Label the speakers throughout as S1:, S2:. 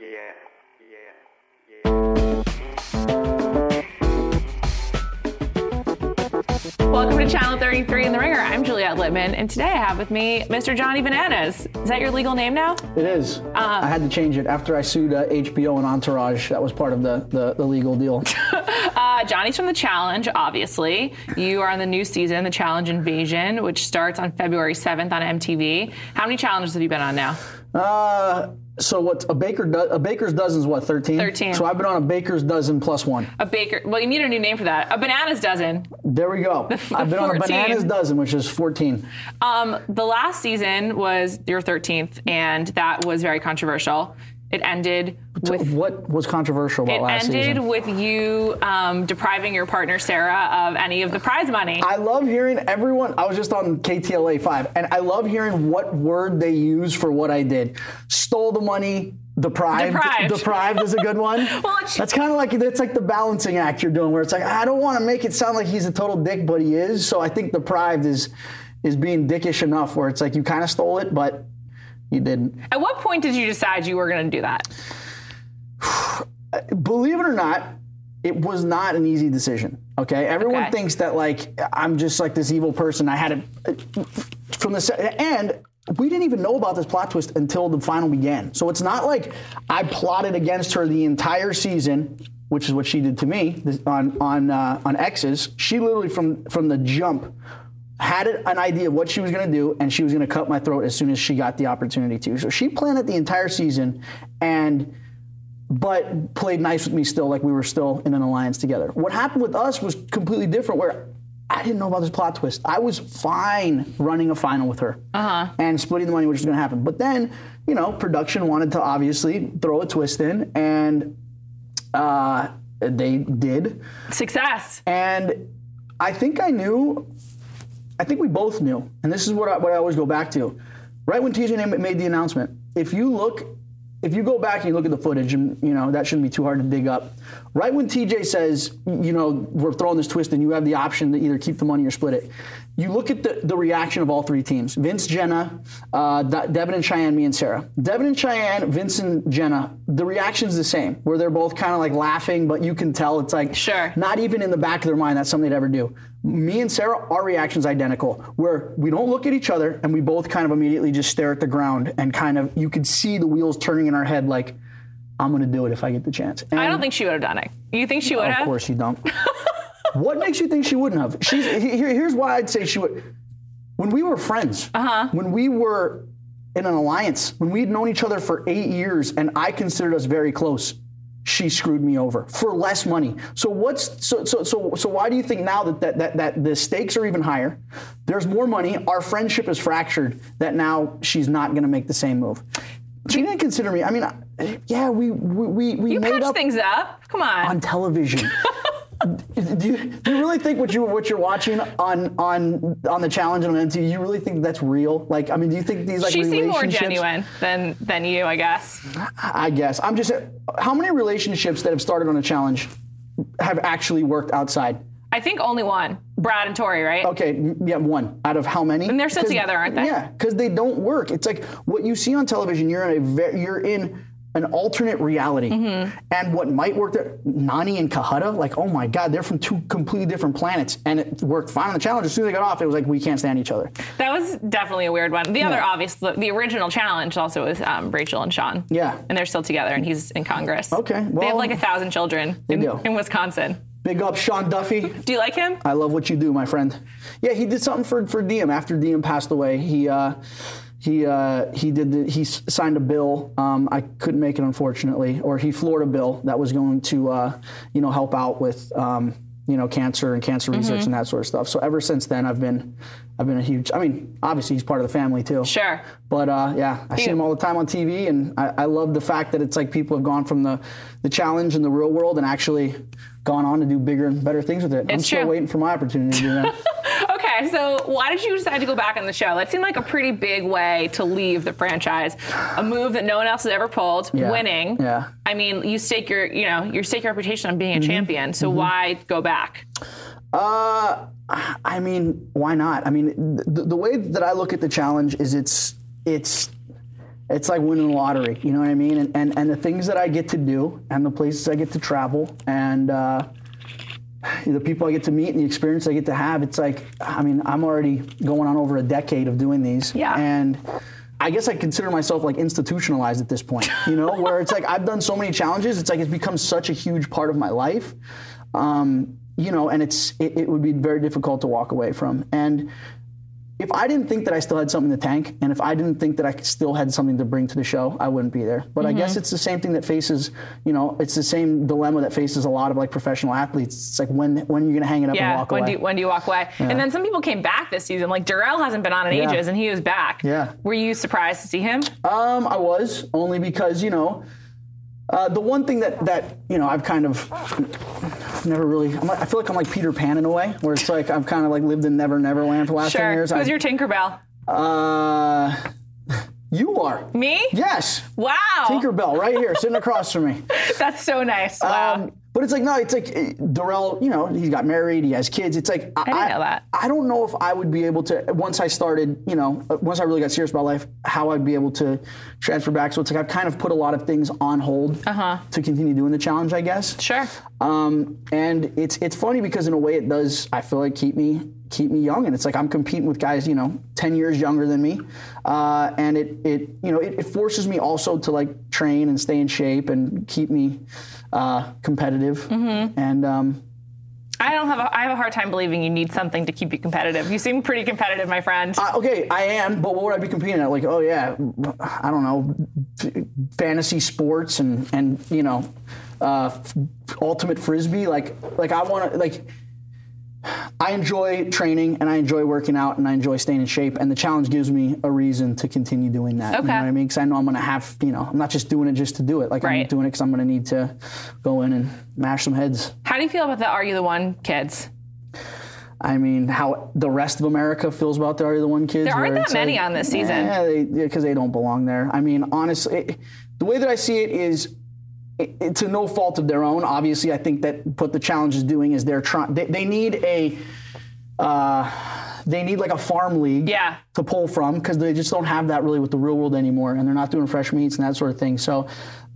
S1: Yeah, yeah, yeah.
S2: Welcome to Channel 33 in the Ringer. I'm Juliette Littman, and today I have with me Mr. Johnny Bananas. Is that your legal name now?
S3: It is.
S2: Uh-huh.
S3: I had to change it after I sued uh, HBO and Entourage. That was part of the, the, the legal deal.
S2: Uh, Johnny's from The Challenge, obviously. You are on the new season, The Challenge Invasion, which starts on February 7th on MTV. How many challenges have you been on now?
S3: Uh, so what a baker do, a baker's dozen is what 13?
S2: 13.
S3: So I've been on a baker's dozen plus one.
S2: A baker. Well, you need a new name for that. A bananas dozen.
S3: There we go. I've been on a
S2: 14.
S3: bananas dozen, which is 14.
S2: Um, the last season was your 13th, and that was very controversial. It ended with
S3: what was controversial about
S2: it
S3: last
S2: ended
S3: season?
S2: with you um, depriving your partner Sarah of any of the prize money.
S3: I love hearing everyone. I was just on KTLA 5, and I love hearing what word they use for what I did. Stole the money, deprived.
S2: Deprived.
S3: Deprived is a good one.
S2: Well, it's-
S3: That's kind of like it's like the balancing act you're doing, where it's like I don't want to make it sound like he's a total dick, but he is. So I think deprived is is being dickish enough, where it's like you kind of stole it, but you didn't.
S2: At what point did you decide you were going to do that?
S3: believe it or not, it was not an easy decision. Okay, everyone
S2: Okay.
S3: thinks that like I'm just like this evil person. I had it uh, from the se- and we didn't even know about this plot twist until the final began. So it's not like I plotted against her the entire season, which is what she did to me this- on on uh, on X's. She literally from from the jump had it- an idea of what she was going to do and she was going to cut my throat as soon as she got the opportunity to. So she planned it the entire season and but played nice with me still, like we were still in an alliance together. What happened with us was completely different, where I didn't know about this plot twist. I was fine running a final with her and splitting the money, which was going to happen. But then, you know, production wanted to obviously throw a twist in, and uh, they did.
S2: Success.
S3: And I think I knew, I think we both knew, and this is what I, what I always go back to. Right when TJ Nam- made the announcement, if you look, if you go back and you look at the footage, and you know that shouldn't be too hard to dig up. Right when TJ says, you know, we're throwing this twist, and you have the option to either keep the money or split it. You look at the, the reaction of all three teams: Vince, Jenna, uh, De- Devin and Cheyenne, me and Sarah. Devin and Cheyenne, Vince and Jenna. The reaction's the same, where they're both kind of like laughing, but you can tell it's like
S2: Sure.
S3: not even in the back of their mind that's something they'd ever do. Me and Sarah, our reaction's identical, where we don't look at each other and we both kind of immediately just stare at the ground and kind of you could see the wheels turning in our head like, I'm gonna do it if I get the chance. And
S2: I don't think she would have done it. You think she would
S3: of
S2: have?
S3: course you don't. what makes you think she wouldn't have? She's he- here, here's why I'd say she would. When we were friends, uh-huh. when we were in an alliance, when we'd known each other for eight years, and I considered us very close, she screwed me over for less money. So what's so so so so why do you think now that that that, that the stakes are even higher? There's more money. Our friendship is fractured. That now she's not going to make the same move. She didn't consider me. I mean, I- yeah, we we we, we
S2: You
S3: made
S2: patch
S3: up
S2: things up. Come
S3: on
S2: on.
S3: television. do, you, do you really think what you what you're watching on on on the challenge and on MTV? You really think that's real? Like, I mean, do you think these like
S2: She seemed more
S3: relationships-
S2: genuine than than you, I guess.
S3: I guess I'm just how many relationships that have started on a challenge have actually worked outside?
S2: I think only one. Brad and Tori, right?
S3: Okay, m- yeah, one out of how many? And
S2: they're still together, aren't they?
S3: Yeah, because they don't work. It's like what you see on television. You're in a ve- you're in an alternate reality,
S2: Mm-hmm.
S3: and what might work there, Nani and Kahada, like oh my god, they're from two completely different planets, and it worked fine on the challenge. As soon as they got off, it was like we can't stand each other.
S2: That was definitely a weird one. The other obvious, the, the original challenge also was um, Rachel and Sean.
S3: Yeah.
S2: And they're still together and he's in Congress.
S3: Okay,
S2: they have
S3: well-
S2: like a thousand children in,
S3: do.
S2: in Wisconsin.
S3: Big up Sean Duffy.
S2: Do you like him?
S3: I love what you do, my friend. Yeah, he did something for for Diem after Diem passed away. He uh, he uh, he did the, he s- signed a bill. Um, I couldn't make it unfortunately, or he floored a bill that was going to uh, you know help out with um, you know cancer and cancer research and that sort of stuff. So ever since then, I've been I've been a huge. I mean, obviously he's part of the family too.
S2: Sure.
S3: But uh, yeah, I see him all the time on TV, and I, I love the fact that it's like people have gone from the, the challenge in the real world and actually gone on to do bigger and better things with it. I'm
S2: It's
S3: still
S2: true.
S3: waiting for my opportunity to do that.
S2: Okay, so why did you decide to go back on the show? That seemed like a pretty big way to leave the franchise. A move that no one else has ever pulled,
S3: Yeah,
S2: winning.
S3: yeah. Mm-hmm.
S2: I mean, you stake your, you know, you stake your reputation on being a champion. So why go back?
S3: Uh, I mean, why not? I mean, the, the way that I look at the challenge is it's it's It's like winning the lottery, you know what I mean? And, and and the things that I get to do, and the places I get to travel, and uh, the people I get to meet, and the experience I get to have. It's like, I mean, I'm already going on over a decade of doing these,
S2: Yeah.
S3: and I guess I consider myself like institutionalized at this point, you know, where it's like I've done so many challenges. It's like it's become such a huge part of my life, um, you know, and it's it, it would be very difficult to walk away from. And if I didn't think that I still had something to tank, and if I didn't think that I still had something to bring to the show, I wouldn't be there. But I
S2: Mm-hmm.
S3: guess it's the same thing that faces, you know, it's the same dilemma that faces a lot of like professional athletes. It's like when when are you gonna hang it up and
S2: Yeah,
S3: walk
S2: when
S3: away?
S2: do you, when do you walk away? And then some people came back this season. Like Darrell hasn't been on in
S3: Yeah.
S2: ages, and he was back.
S3: Yeah.
S2: Were you surprised to see him?
S3: Um, I was only because you know, uh, the one thing that that you know I've kind of never really. I'm, like- I feel like I'm like Peter Pan in a way, where it's like I've kind of like lived in Never Never Land for the last ten
S2: Sure.
S3: years.
S2: Who's
S3: I,
S2: your Tinkerbell?
S3: uh, you are
S2: Me?
S3: yes,
S2: Wow.
S3: Tinkerbell right here sitting across from me.
S2: That's so nice. Wow.
S3: Um, but it's like no, it's like eh, Darrell. You know, he got married, he has kids. It's like I,
S2: didn't know that.
S3: I don't know if I would be able to once I started. You know, uh, once I really got serious about life, how I'd be able to transfer back. So it's like I've kind of put a lot of things on hold
S2: Uh-huh.
S3: to continue doing the challenge, I guess.
S2: sure.
S3: Um, and it's it's funny because in a way it does. I feel like keep me keep me young, and it's like I'm competing with guys you know ten years younger than me, uh, and it it you know it, it forces me also to like train and stay in shape and keep me uh, competitive. And um,
S2: I don't have. A, I have a hard time believing you need something to keep you competitive. You seem pretty competitive, my friend.
S3: I- okay, I am, but what would I be competing at? Like, oh yeah, I don't know, f- fantasy sports and and you know, uh, f- ultimate frisbee. Like like I want to like. I enjoy training and I enjoy working out and I enjoy staying in shape and the challenge gives me a reason to continue doing that. You
S2: Okay.
S3: know what I mean? Because I know I'm gonna have, you know, I'm not just doing it just to do it. Like I'm
S2: Right.
S3: doing it because I'm gonna need to go in and mash some heads.
S2: How do you feel about the Are You the One kids?
S3: I mean, how the rest of America feels about the Are You the One kids.
S2: There aren't
S3: where
S2: that
S3: it's
S2: many
S3: like,
S2: on this season.
S3: Yeah, because they, 'cause they don't belong there. I mean, honestly, it, the way that I see it is. It, it- to no fault of their own, obviously, I think that what the challenge is doing is they're trying. They, they need a, uh, they need like a farm league
S2: Yeah.
S3: to pull from because they just don't have that really with the real world anymore, and they're not doing fresh meats and that sort of thing. So,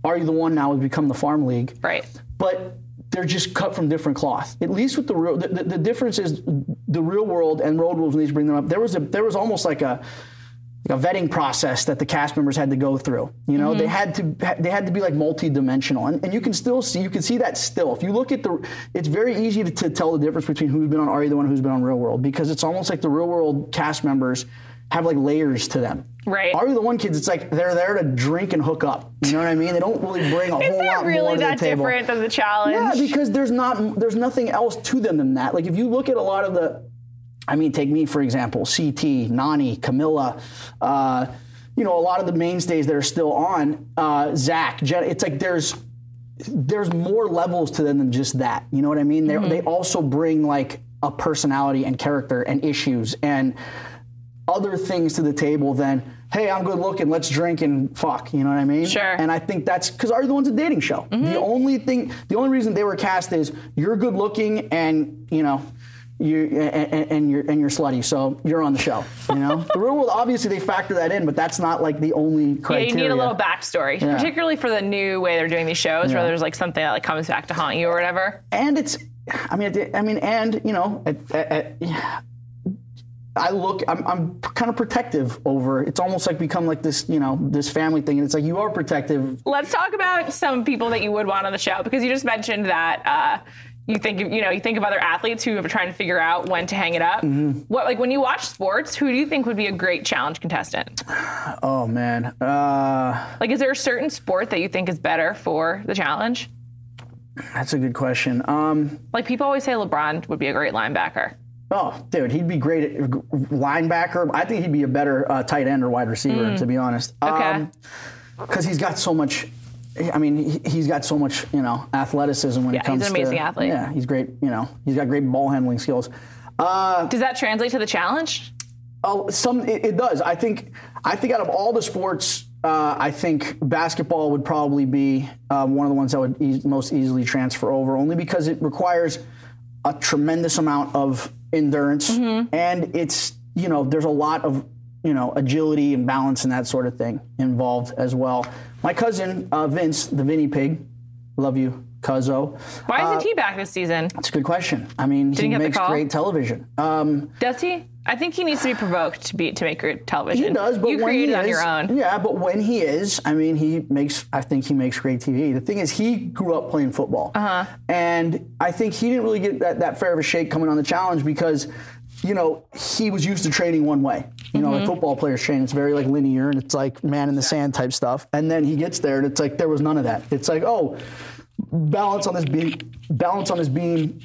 S3: are you the one now has become the farm league?
S2: Right.
S3: but they're just cut from different cloth. At least with the real, the, the, the difference is the real world and road rules. When these bring them up, there was a there was almost like a like a vetting process that the cast members had to go through. You know, they had
S2: Mm-hmm.
S3: to they had to be like multi-dimensional, and, and you can still see you can see that still. If you look at the, it's very easy to, to tell the difference between who's been on Are You the One, who's been on Real World, because it's almost like the Real World cast members have like layers to them.
S2: Right.
S3: Are You the One kids? It's like they're there to drink and hook up. You know what I mean? They don't really bring a
S2: Is
S3: whole
S2: that
S3: lot more
S2: really
S3: to
S2: that
S3: the table.
S2: different than the challenge?
S3: Yeah, because there's not there's nothing else to them than that. Like if you look at a lot of the, I mean, take me for example, CT, Nani, Camilla, uh, you know, a lot of the mainstays that are still on, uh, Zach, Jen, it's like there's there's more levels to them than just that. You know what I mean? They're They
S2: Mm-hmm.
S3: also bring like a personality and character and issues and other things to the table than hey i'm good looking let's drink and fuck you know what i mean
S2: Sure. Mm-hmm.
S3: and i think that's because are the ones a dating show the only thing the only reason they were cast is you're good looking and you know you and, and- and you're and you're slutty so you're on the show you know the real world obviously they factor that in but that's not like the only
S2: Yeah,
S3: criteria
S2: you need a little backstory, particularly for the new way they're doing these shows, where
S3: Yeah.
S2: there's like something that like comes back to haunt you or whatever.
S3: and it's i mean at the- i mean and you know at, at, at- yeah. i look i'm, I'm kind of protective over it's almost like become like this you know this family thing and it's like you are protective
S2: Let's talk about some people that you would want on the show because you just mentioned that uh, you think of- you know you think of other athletes who are trying to figure out when to hang it up.
S3: Mm-hmm.
S2: What like when you watch sports, who do you think would be a great challenge contestant?
S3: oh man uh,
S2: Like, is there a certain sport that you think is better for the challenge?
S3: that's a good question um,
S2: Like people always say, LeBron would be a great linebacker.
S3: Oh, dude, he'd be great at linebacker. I think he'd be a better uh, tight end or wide receiver, to be honest.
S2: Hmm. Okay.
S3: Because he's got so much. I mean, he- he's got so much, you know, athleticism when
S2: Yeah,
S3: it
S2: he's
S3: comes.
S2: an amazing
S3: to,
S2: athlete.
S3: Yeah, he's great. You know, he's got great ball handling skills. Uh,
S2: Does that translate to the challenge?
S3: oh, some it, it does. I think. I think out of all the sports, uh, I think basketball would probably be uh, one of the ones that would eas most easily transfer over, only because it requires
S2: Mm-hmm.
S3: a tremendous amount of endurance and it's you know there's a lot of you know, agility and balance and that sort of thing involved as well. My cousin uh, Vince, the Vinny Pig, love you, Cuzzo.
S2: Why
S3: Uh,
S2: isn't he back this season?
S3: That's a good question. I mean,
S2: Didn't
S3: he
S2: get the
S3: makes
S2: call?
S3: great television. Um,
S2: Does he? I think he needs to be provoked to be to make great television.
S3: he does, but
S2: you
S3: when
S2: create
S3: he
S2: it on
S3: is-
S2: your own.
S3: yeah, but when he is, I mean, he makes. I think he makes great TV. The thing is, he grew up playing football, uh-huh. and I think he didn't really get that, that fair of a shake coming on the challenge because. You know, he was used to training one way. You know, like
S2: Mm-hmm.
S3: football players train, it's very like linear and it's like man in the sand type stuff. And then he gets there and it's like there was none of that. It's like, oh, balance on this beam, balance on this beam,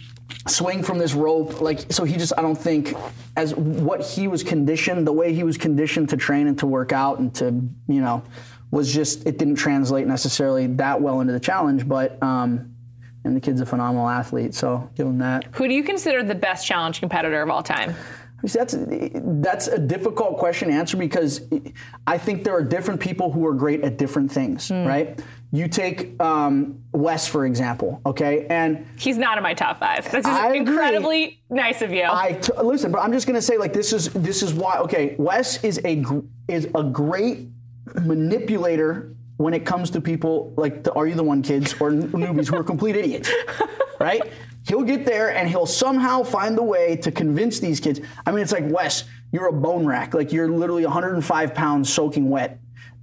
S3: swing from this rope. Like so, he just I don't think as what he was conditioned, the way he was conditioned to train and to work out and to you know was just it didn't translate necessarily that well into the challenge. But um, and the kid's a phenomenal athlete, so give him that.
S2: Who do you consider the best challenge competitor of all time?
S3: See, That's that's a difficult question to answer because I think there are different people who are great at different things, right? You take um, Wes for example, okay, and
S2: He's not in my top five. This is
S3: I agree.
S2: incredibly nice of you.
S3: I t- listen, but I'm just gonna say like this is this is why. Okay, Wes is a gr- is a great manipulator when it comes to people like the Are You the One kids or n- newbies who are complete idiots, right? He'll get there and he'll somehow find the way to convince these kids. I mean, it's like Wes, you're a bone rack. Like you're literally 105 pounds soaking wet.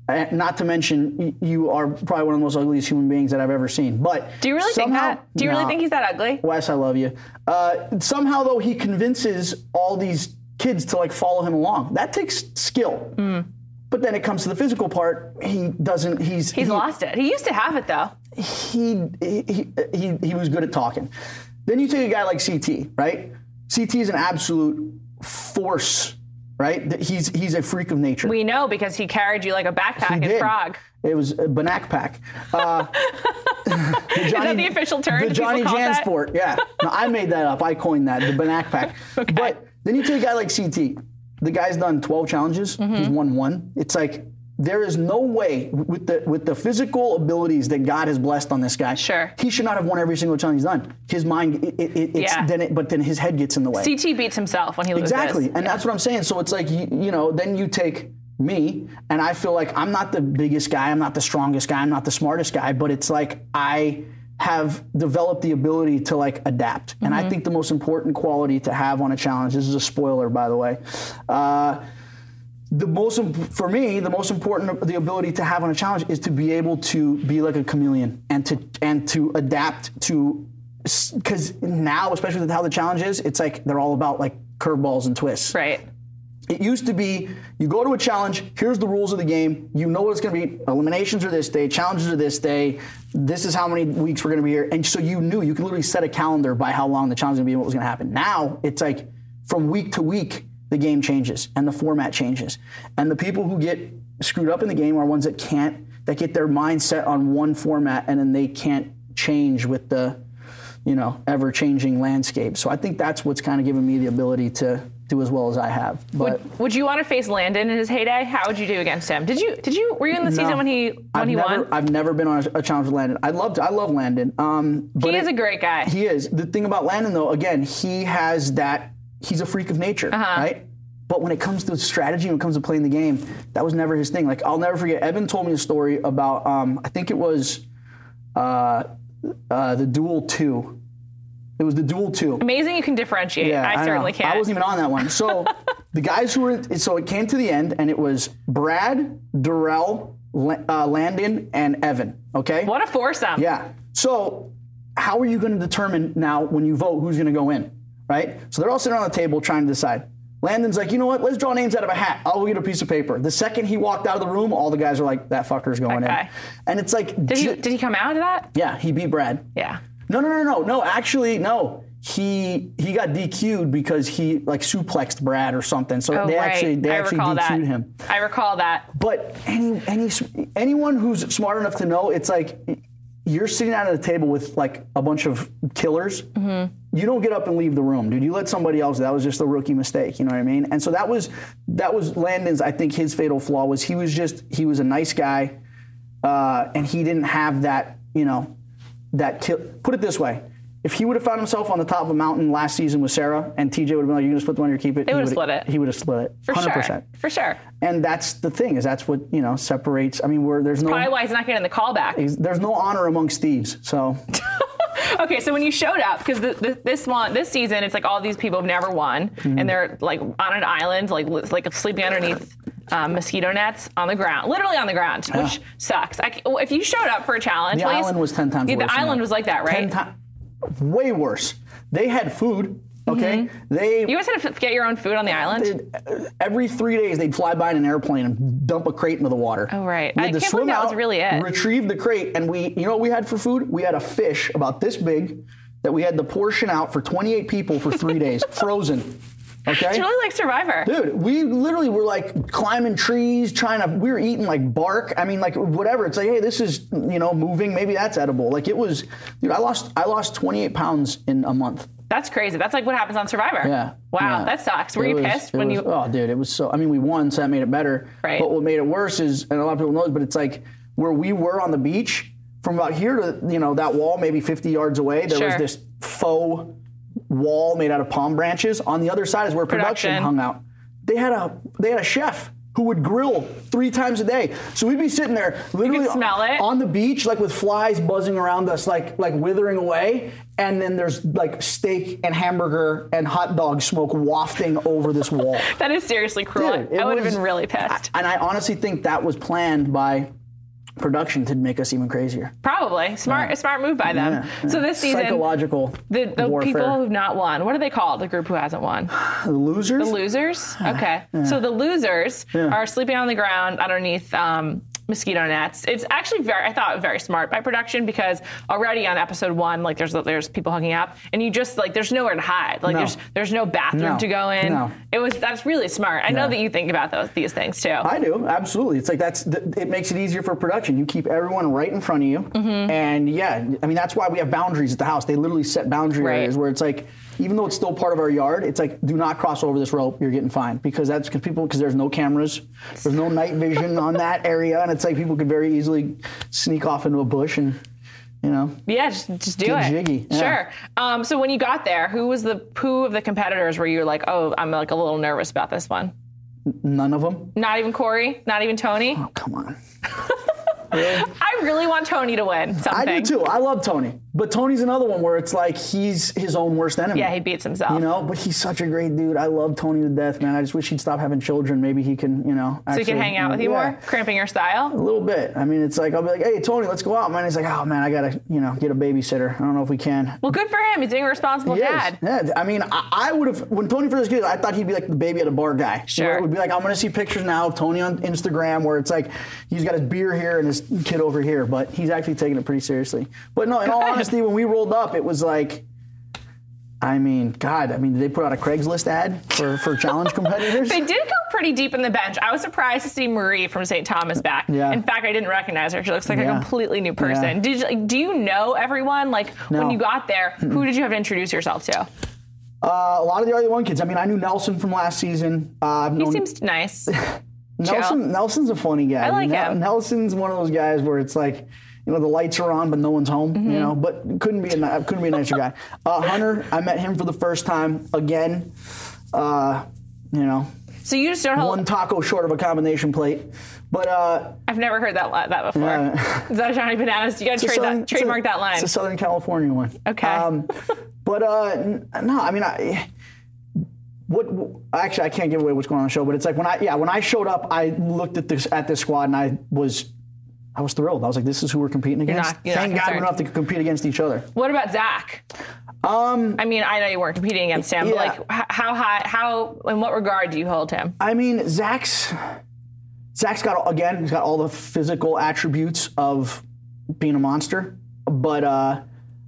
S3: Uh, Not to mention, y- you are probably one of the most ugliest human beings that I've ever seen. But
S2: do you really
S3: somehow-
S2: think that? Do you really
S3: Nah.
S2: think he's that ugly?
S3: Wes, I love you. Uh, somehow, though, he convinces all these kids to like follow him along. That takes skill.
S2: Mm.
S3: But then it comes to the physical part. He doesn't. He's
S2: He's
S3: he,
S2: lost it. He used to have it though.
S3: he, he he he was good at talking. Then you take a guy like CT, right? CT is an absolute force, right? That- He's he's a freak of nature.
S2: We know because he carried you like a backpack in
S3: did.
S2: Prague.
S3: It was a Banak pack. Uh, the
S2: Is that the
S3: Johnny-
S2: official term?
S3: The
S2: Do people
S3: Johnny
S2: call it that?
S3: Jansport, yeah. No, I made that up. I coined that, the Banak pack. But then you take a guy like CT. The guy's done 12 challenges.
S2: Mm-hmm.
S3: He's won one. It's like there is no way with the with the physical abilities that God has blessed on this guy.
S2: Sure.
S3: he should not have won every single challenge he's done. His mind, it, it, it's
S2: Yeah.
S3: then it, but then his head gets in the way.
S2: CT beats himself when he loses.
S3: Exactly, and that's what I'm saying. So it's like you, you know, then you take me, and I feel like I'm not the biggest guy, I'm not the strongest guy, I'm not the smartest guy, but it's like I have developed the ability to like adapt, and I think the most important quality to have on a challenge. This is a spoiler, by the way. Uh, the most imp- for me the most important the ability to have on a challenge is to be able to be like a chameleon and to and to adapt to because now especially with how the challenge is it's like they're all about like curveballs and twists
S2: Right.
S3: it used to be you go to a challenge, here's the rules of the game, you know what it's going to be. Eliminations are this day, challenges are this day, this is how many weeks we're going to be here. And so you knew, you could literally set a calendar by how long the challenge is going to be and what was going to happen. Now it's like from week to week, the game changes and the format changes. And the people who get screwed up in the game are ones that can't, that get their mindset on one format and then they can't change with the you know, ever changing landscape. So I think that's what's kind of given me the ability to do as well as I have. But
S2: Would, would you want to face Landon in his heyday? How would you do against him? Did you did you were you in the season when he when
S3: I've
S2: he
S3: never,
S2: won?
S3: I've never been on a, a challenge with Landon. I love I love Landon. Um, but
S2: He
S3: it-
S2: is a great guy.
S3: he is. The thing about Landon though, again, he has that. He's a freak of nature,
S2: Uh-huh.
S3: right? But when it comes to strategy, when it comes to playing the game, that was never his thing. Like I'll never forget. Evan told me a story about. Um, I think it was, uh, uh, the Duel Two. It was the Duel Two.
S2: Amazing you can differentiate.
S3: Yeah,
S2: I,
S3: know.
S2: certainly can't.
S3: I wasn't even on that one. So the guys who were so it came to the end, and it was Brad, Durrell, La- uh, Landon, and Evan. Okay.
S2: what a foursome.
S3: Yeah. So how are you going to determine now when you vote who's going to go in? Right. So they're all sitting around the table trying to decide. Landon's like, you know what? Let's draw names out of a hat. I'll get a piece of paper. The second he walked out of the room, all the guys are like, that fucker's going
S2: Okay.
S3: in. And it's like,
S2: Did he
S3: ju-
S2: did he come out of that?
S3: yeah, he beat Brad.
S2: Yeah.
S3: No, no, no, no, no. Actually, no. He he got DQ'd because he like suplexed Brad or something. So
S2: Oh,
S3: they
S2: right.
S3: actually they
S2: I
S3: actually
S2: recall
S3: DQ'd
S2: that.
S3: him.
S2: I recall that.
S3: But any any anyone who's smart enough to know, it's like you're sitting down at a table with like a bunch of killers.
S2: Mm-hmm.
S3: You don't get up and leave the room, dude. You let somebody else. That was just a rookie mistake. You know what I mean? And so that was that was Landon's. I think his fatal flaw was he was just he was a nice guy, uh, and he didn't have that you know that kill. Put it this way. If he would have found himself on the top of a mountain last season with Sarah, and TJ would have been like, "You're gonna split the money or keep it," they
S2: would've split it.
S3: He would have split it,
S2: For
S3: hundred
S2: sure.
S3: percent.
S2: For sure.
S3: And that's the thing is that's what you know separates. I mean, we're, there's no
S2: Probably why he's not getting the call back.
S3: there's no honor amongst thieves. So
S2: Okay, so when you showed up, because th- th- this one, this season, it's like all these people have never won,
S3: Mm-hmm.
S2: and they're like on an island, like li- like sleeping underneath um, mosquito nets on the ground, literally on the ground, which sucks. I c- well, if you showed up for a challenge,
S3: The
S2: at least-
S3: island was 10 times
S2: Yeah,
S3: worse
S2: the
S3: than
S2: island
S3: that.
S2: was like that,
S3: ten
S2: right?
S3: times way worse. They had food. Okay, they
S2: Mm-hmm. you guys had to f- get your own food on the island.
S3: every three days they'd fly by in an airplane and dump a crate into the water.
S2: Oh, right.
S3: We
S2: I
S3: had to
S2: can't
S3: swim
S2: believe that
S3: out,
S2: was really it.
S3: Retrieve the crate, and we, you know, what we had for food. We had a fish about this big that we had to portion out for 28 people for three days, frozen. Okay.
S2: it's really like Survivor.
S3: Dude, we literally were like climbing trees, trying to. We were eating like bark. I mean, like whatever. It's like, hey, this is you know moving. Maybe that's edible. Like it was, dude. I lost I lost 28 pounds in a month.
S2: That's crazy. That's like what happens on Survivor.
S3: Yeah.
S2: Wow,
S3: yeah.
S2: that sucks. Were
S3: It
S2: you
S3: was-
S2: pissed
S3: it
S2: when
S3: was-
S2: you?
S3: Oh, dude, it was so. I mean, we won, so that made it better.
S2: Right.
S3: But what made it worse is, and a lot of people know this, but it's like where we were on the beach from about here to you know that wall, maybe 50 yards away. There was
S2: Sure.
S3: this faux wall made out of palm branches. On the other side is where production,
S2: Production.
S3: hung out. They had a they had a chef. Who would grill three times a day? So we'd be sitting there, literally
S2: smell it.
S3: on the beach, like with flies buzzing around us, like like withering away. And then there's like steak and hamburger and hot dog smoke wafting over this wall.
S2: That is seriously cruel.
S3: Dude, it
S2: I would have
S3: was-
S2: been really pissed.
S3: and I honestly think that was planned by production to make us even crazier.
S2: Probably smart, a smart move by them.
S3: Yeah, yeah.
S2: So this season,
S3: psychological
S2: The, the
S3: warfare.
S2: people who've not won, what are they called? The group who hasn't won?
S3: the losers.
S2: Losers? Okay. So the losers are sleeping on the ground underneath um, mosquito nets. It's actually very, I thought, very smart by production because already on episode one, like there's there's people hooking up and you just, like, there's nowhere to hide. Like
S3: No.
S2: there's there's no bathroom
S3: No.
S2: to go in.
S3: No.
S2: It was, that's really smart. I
S3: Yeah.
S2: know that you think about those these things too.
S3: I do absolutely. It's like that's th- it makes it easier for production. You keep everyone right in front of you,
S2: Mm-hmm.
S3: and yeah, I mean that's why we have boundaries at the house. They literally set boundary
S2: Right.
S3: areas where it's like, even though it's still part of our yard, it's like do not cross over this rope. You're getting fined because that's because people because there's no cameras, there's no night vision on that area, and it's like people could very easily sneak off into a bush and you know
S2: yeah, just, just do
S3: Get
S2: it.
S3: jiggy, yeah.
S2: Sure. Um, so when you got there, who was the, who of the competitors were you like, oh, I'm like a little nervous about this one?
S3: none of them.
S2: Not even Corey, not even Tony.
S3: Oh, come on.
S2: I really want Tony to win
S3: I
S2: something.
S3: do too. I love Tony, but Tony's another one where it's like he's his own worst enemy.
S2: Yeah, he beats himself.
S3: You know, but he's such a great dude. I love Tony to death, man. I just wish he'd stop having children. Maybe he can, you know,
S2: so he can hang out with you more, cramping your
S3: A
S2: style.
S3: little bit. I mean, it's like I'll be like, "Hey, Tony, let's go out." Man, he's like, "Oh man, I gotta, you know, get a babysitter. I don't know if we can."
S2: Well, good for him. He's being a responsible
S3: He is.
S2: dad.
S3: Yeah, I mean, I, I would have when Tony first kid, I thought he'd be like the baby at a bar guy.
S2: Sure.
S3: Where it would be like I'm gonna see pictures now of Tony on Instagram where it's like he's got his beer here and his kid over here, but he's actually taking it pretty seriously. But no, in all honesty, when we rolled up, it was like. I mean, God, I mean, did they put out a Craigslist ad for, for challenge competitors?
S2: They did go pretty deep in the bench. I was surprised to see Marie from St. Thomas back.
S3: Yeah.
S2: In fact, I didn't recognize her. She looks like
S3: Yeah.
S2: a completely new person.
S3: Yeah.
S2: Did you, like, do you know everyone? Like
S3: No.
S2: when you got there, who did you have to introduce yourself to?
S3: Uh, a lot of the RD1 kids. I mean, I knew Nelson from last season. Uh, I've
S2: He
S3: known
S2: seems nice.
S3: Nelson, Nelson's a funny guy. I
S2: like him.
S3: Nelson's one of those guys where it's like, you know, the lights are on, but no one's home.
S2: Mm-hmm.
S3: You know, but couldn't be a ni- couldn't be a nicer guy. Uh, Hunter, I met him for the first time again. Uh, you know,
S2: so you just don't hold.
S3: one taco short of a combination plate, but uh,
S2: I've never heard that li- that before.
S3: Yeah.
S2: Is that Johnny Bananas? You got to
S3: it's a
S2: trade
S3: Southern-
S2: that,
S3: it's a-
S2: trademark that line.
S3: It's a Southern California one. Um,
S2: Okay.
S3: but uh, n- no, I mean, I what actually I can't give away what's going on the show, but it's like when I yeah when I showed up, I looked at this at this squad and I was. I was thrilled. I was like, "This is who we're competing against."
S2: not- you're not
S3: Thank God we
S2: concerned.
S3: don't have to compete against each other.
S2: What about Zach? Um, I mean, I know you weren't competing against him,
S3: yeah.
S2: but like, h- how high, how, in what regard do you hold him?
S3: I mean, Zach's Zach's got again, he's got all the physical attributes of being a monster, but uh,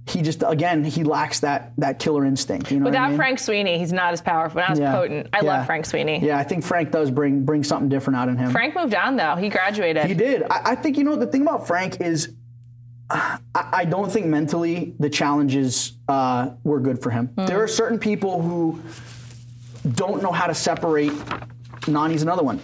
S3: he just again he lacks that that killer instinct. You know what I
S2: Without
S3: mean?
S2: Frank Sweeney, he's not as powerful, not as
S3: Yeah.
S2: potent. I
S3: Yeah.
S2: love Frank Sweeney.
S3: Yeah, I think Frank does bring bring something different out in him.
S2: Frank moved on though; he graduated.
S3: he did. I, I think you know the thing about Frank is, uh, I, I don't think mentally the challenges uh, were good for him. There are certain people who don't know how to separate. Nani's another one.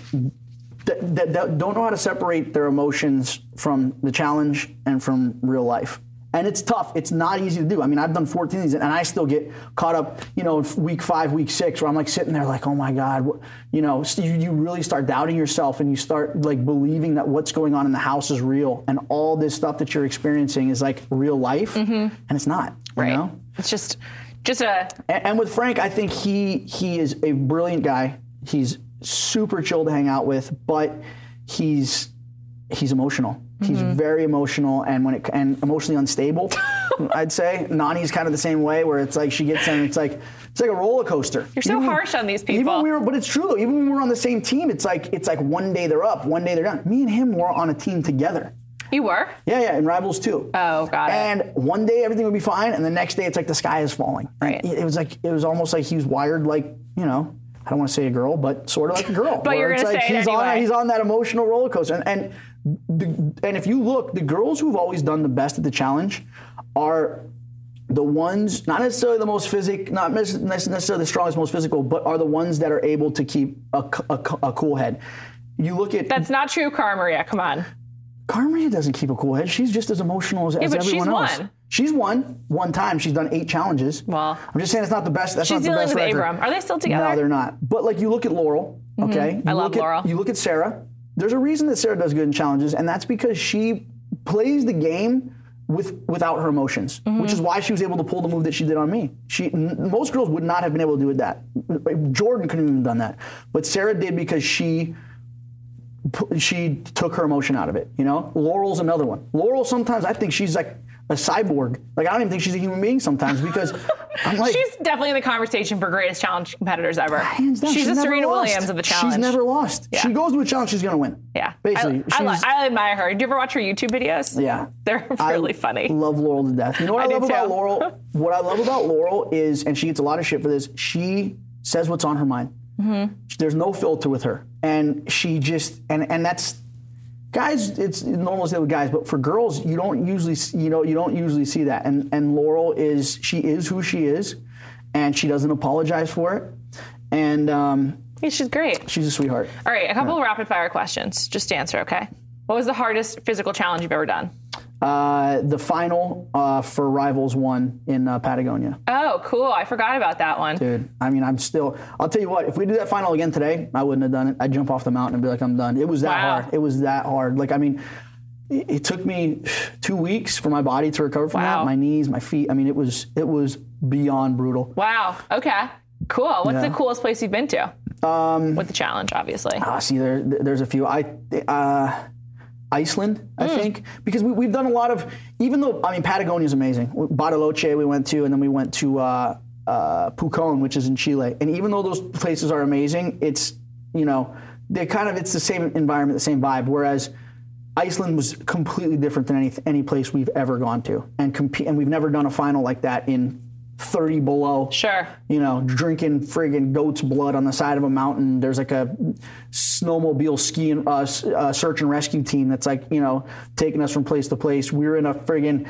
S3: That, that, that don't know how to separate their emotions from the challenge and from real life. And it's tough. It's not easy to do. I mean, I've done 14 of these, and I still get caught up, you know, in week five, week six, where I'm like sitting there, like, oh my God, what, you know, so you, you really start doubting yourself and you start like believing that what's going on in the house is real. And all this stuff that you're experiencing is like real life, and it's not. you
S2: Right.
S3: know?
S2: It's just, just a
S3: And, and with Frank, I think he he is a brilliant guy. He's super chill to hang out with, but he's he's emotional. He's
S2: Mm-hmm.
S3: very emotional, and when it and emotionally unstable, I'd say Nani's kind of the same way, where it's like she gets in, it's like it's like a roller coaster.
S2: You're so harsh on these
S3: Even
S2: people.
S3: when we were, but it's true though. Even when we were on the same team, it's like it's like one day they're up, one day they're down. Me and him were on a team together.
S2: you were.
S3: Yeah, yeah, in Rivals too.
S2: Oh, got it.
S3: And one day everything would be fine, and the next day it's like the sky is falling.
S2: Right.
S3: It, it was like it was almost like he was wired like you know I don't want to say a girl, but sort of like a girl.
S2: But
S3: where
S2: you're
S3: it's
S2: gonna
S3: like
S2: say it
S3: he's on
S2: anyway.
S3: he's on that emotional roller coaster, and and the, and if you look, the girls who've always done the best at the challenge are. The ones, not necessarily the most physic, not mes- necessarily the strongest, most physical, but are the ones that are able to keep a, c- a c- a cool head. You look at
S2: That's not true, Cara Maria. Come on.
S3: Carmaria doesn't keep a cool head. She's just as emotional as, as
S2: but she's
S3: everyone else.
S2: won.
S3: She's won one time. She's done eight challenges.
S2: Well.
S3: I'm just saying it's not the best. That's
S2: She's
S3: not the
S2: dealing
S3: best
S2: with
S3: record.
S2: Abram. Are they still together?
S3: No, they're not. But like you look at Laurel, okay? You
S2: Mm-hmm. I love
S3: look at-
S2: Laurel.
S3: You look at Sarah. There's a reason that Sarah does good in challenges, and that's because she plays the game with without her emotions,
S2: Mm-hmm.
S3: which is why she was able to pull the move that she did on me. She n- most girls would not have been able to do that. Jordan couldn't even have done that, but Sarah did because she pu- she took her emotion out of it. You know, Laurel's another one. Laurel sometimes I think she's like a cyborg. Like I don't even think she's a human being sometimes because I'm like
S2: She's definitely in the conversation for greatest challenge competitors ever.
S3: Hands down,
S2: she's, the
S3: never
S2: Serena
S3: lost.
S2: Williams of the challenge.
S3: She's never lost.
S2: Yeah.
S3: She goes to a challenge, she's gonna win.
S2: Yeah.
S3: Basically,
S2: I, I, li-
S3: she's-
S2: I admire her. Do you ever watch her YouTube videos?
S3: Yeah.
S2: They're
S3: I
S2: really funny.
S3: Love Laurel to death. You know what
S2: I
S3: I,
S2: do
S3: love about
S2: too.
S3: Laurel? what I love about Laurel is, and she gets a lot of shit for this. She says what's on her mind.
S2: Mm-hmm.
S3: There's no filter with her, and she just and and that's guys. It's normal to say with guys, but for girls, you don't usually s- you know you don't usually see that. And and Laurel is she is who she is, and she doesn't apologize for it, and um,
S2: Yeah, she's great.
S3: she's a sweetheart.
S2: All right, a couple of rapid fire questions. Just answer, okay? What was the hardest physical challenge you've ever done?
S3: Uh, the final uh, for Rivals One in uh, Patagonia.
S2: Oh, cool. I forgot about that one.
S3: Dude, I mean, I'm still. I'll tell you what. If we do that final again today, I wouldn't have done it. I'd jump off the mountain and be like, I'm done. It was that
S2: Wow.
S3: hard. It was that hard. Like, I mean, it, it took me two weeks for my body to recover from
S2: Wow.
S3: that. My knees, my feet. I mean, it was it was beyond brutal.
S2: Wow. Okay. Cool. What's
S3: Yeah.
S2: the coolest place you've been to? Um, With the challenge, obviously.
S3: Ah, see, there, there's a few. I, uh, Iceland, I think, because we, we've done a lot of. Even though I mean, Patagonia is amazing. Bariloche we went to, and then we went to uh, uh, Pucón, which is in Chile. And even though those places are amazing, it's you know they are kind of it's the same environment, the same vibe. Whereas Iceland was completely different than any any place we've ever gone to, and compete. And we've never done a final like that in 30 below
S2: Sure.
S3: you know, drinking friggin' goat's blood on the side of a mountain. There's like a snowmobile ski and uh, s- uh, search and rescue team that's like, you know, taking us from place to place. We were in a friggin'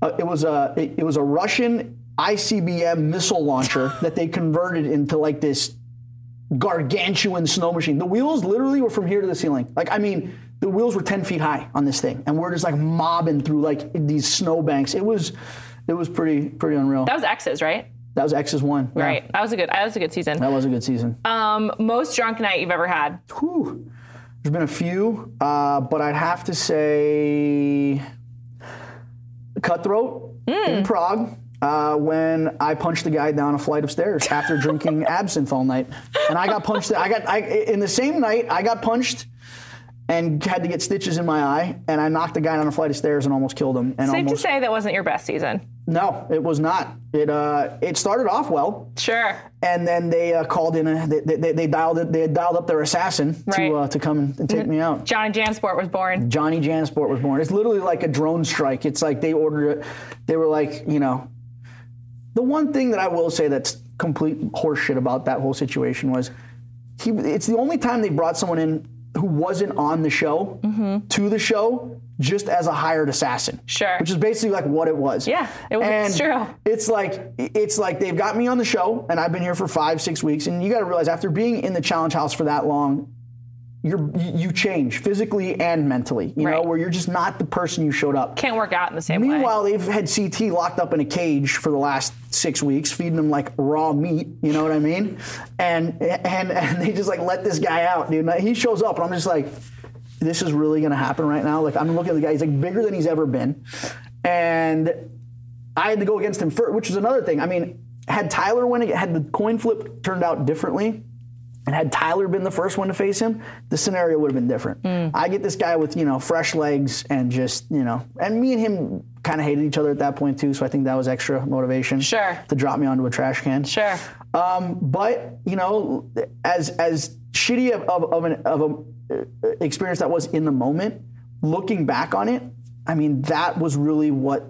S3: uh, it was a it, it was a Russian ICBM missile launcher that they converted into like this gargantuan snow machine. The wheels literally were from here to the ceiling. Like I mean, the wheels were ten feet high on this thing, and we're just like mobbing through like these snow banks. It was it was pretty pretty unreal.
S2: That was X's, right?
S3: That was X's one. yeah.
S2: Right. That was a good. That was a good season.
S3: That was a good season.
S2: Um, most drunk night you've ever had?
S3: Whew. There's been a few, uh, but I'd have to say Cutthroat in Prague uh, when I punched the guy down a flight of stairs after drinking absinthe all night, and I got punched. I got I, in the same night I got punched. And had to get stitches in my eye, and I knocked a guy down a flight of stairs and almost killed him. And
S2: Safe to
S3: almost
S2: say that wasn't your best season.
S3: no, it was not. It uh, it started off well,
S2: Sure.
S3: and then they uh, called in a they, they, they dialed it, they had dialed up their assassin
S2: Right.
S3: to uh, to come and take me out.
S2: Johnny Jansport was born.
S3: Johnny Jansport was born. It's literally like a drone strike. It's like they ordered it. They were like, you know, the one thing that I will say that's complete horseshit about that whole situation was he. It's the only time they brought someone in who wasn't on the show to the show just as a hired assassin.
S2: Sure.
S3: Which is basically like what it was.
S2: Yeah, it was-
S3: And
S2: it's true.
S3: It's like it's like they've got me on the show and I've been here for five, six weeks, and you got to realize after being in the challenge house for that long, you're you change physically and mentally. You know
S2: Right.
S3: where you're just not the person you showed up.
S2: Can't work out in the same way.
S3: Meanwhile, they've had CT locked up in a cage for the last six weeks, feeding him like raw meat. You know what I mean? And and and they just like let this guy out, dude. And he shows up, and I'm just like, this is really gonna happen right now. Like I'm looking at the guy; he's like bigger than he's ever been, and I had to go against him first, which is another thing. I mean, had Tyler win, had the coin flip turned out differently, and had Tyler been the first one to face him, the scenario would have been different.
S2: Mm.
S3: I get this guy with, you know, fresh legs and just, you know, and me and him kind of hated each other at that point too, so I think that was extra motivation.
S2: Sure.
S3: To drop me onto a trash can.
S2: Sure.
S3: Um, but, you know, as as shitty of, of, of an of a uh, experience that was in the moment, looking back on it, I mean, that was really what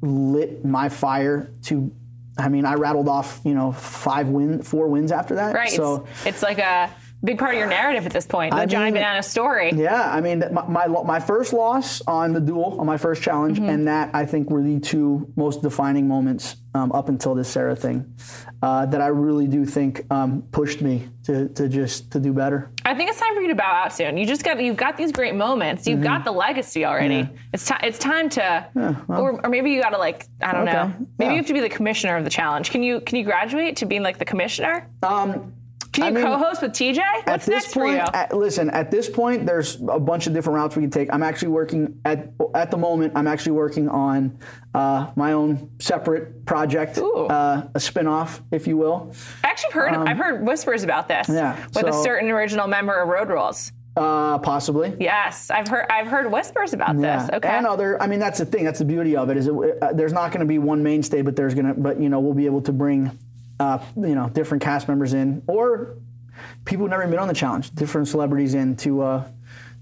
S3: lit my fire to I mean, I rattled off, you know, five win four wins after that.
S2: Right.
S3: So
S2: it's, it's like a big part of your narrative at this point. The
S3: I
S2: giant
S3: mean-
S2: banana story.
S3: Yeah, I mean, that- my, my lo- my first loss on the duel, on my first challenge,
S2: Mm-hmm.
S3: and that I think were the two most defining moments um, up until this Sarah thing uh, that I really do think um, pushed me to, to just to do better.
S2: I think it's time for you to bow out soon. You just got you've got these great moments.
S3: Mm-hmm.
S2: You've got the legacy already. It's time. It's time to, or, or maybe you got to like I don't
S3: Okay.
S2: know. Maybe
S3: Yeah.
S2: you have to be the commissioner of the challenge. Can you can you graduate to being like the commissioner?
S3: Um,
S2: Can you
S3: I mean,
S2: co-host with TJ?
S3: at
S2: What's
S3: this
S2: next for
S3: point,
S2: you?
S3: at- listen. At this point, there's a bunch of different routes we can take. I'm actually working at at the moment. I'm actually working on uh, my own separate project,
S2: Ooh.
S3: uh, a spin-off, if you will.
S2: I actually heard I've heard whispers about this
S3: um, Yeah,
S2: with a
S3: so-
S2: certain original member of Road Rules.
S3: Uh, possibly.
S2: Yes, I've heard I've heard whispers about this.
S3: Yeah.
S2: Okay.
S3: And other, I mean, that's the thing. That's the beauty of it is it, uh, there's not going to be one mainstay, but there's going to, but you know, we'll be able to bring, uh, you know, different cast members in or people who've never even been on the challenge, different celebrities in to, uh,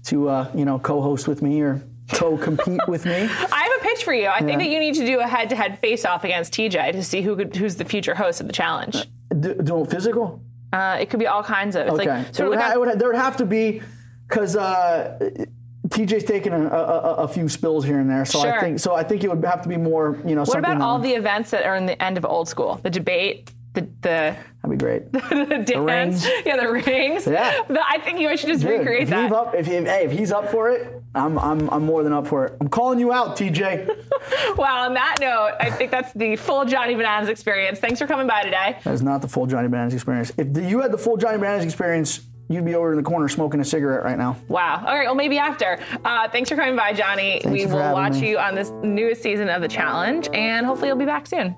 S3: to uh, you know, co-host with me or co-compete with me.
S2: I have a pitch for you. I think
S3: Yeah.
S2: that you need to do a head-to-head face-off against TJ to see who could, who's the future host of the challenge.
S3: Do, do a physical.
S2: Uh, it could be all kinds of. It's
S3: Okay.
S2: like
S3: it
S2: sort
S3: would
S2: of
S3: ha-
S2: like
S3: it
S2: a-
S3: would ha- there would have to be, because uh, TJ's taking a, a, a, a few spills here and there, so I
S2: Sure.
S3: think so. I think it would have to be more, you know,
S2: What
S3: something. uh,
S2: about all
S3: on-
S2: the events that are in the end of old school? The debate, the the,
S3: That'd be great.
S2: the dance,
S3: rings.
S2: yeah, the rings.
S3: Yeah.
S2: The- I think you should just
S3: Dude,
S2: recreate
S3: if
S2: that.
S3: He's up, if, he- hey, if he's up for it, I'm, I'm, I'm more than up for it. I'm calling you out, TJ.
S2: Well, on that note, I think that's the full Johnny Bananas experience. Thanks for coming by today.
S3: that is not the full Johnny Bananas experience. If the, you had the full Johnny Bananas experience, you'd be over in the corner smoking a cigarette right now.
S2: Wow. All right. Well, maybe after. Uh, thanks for coming by, Johnny. we
S3: you for
S2: will
S3: having
S2: watch
S3: me.
S2: you on this newest season of the challenge, and hopefully you'll be back soon.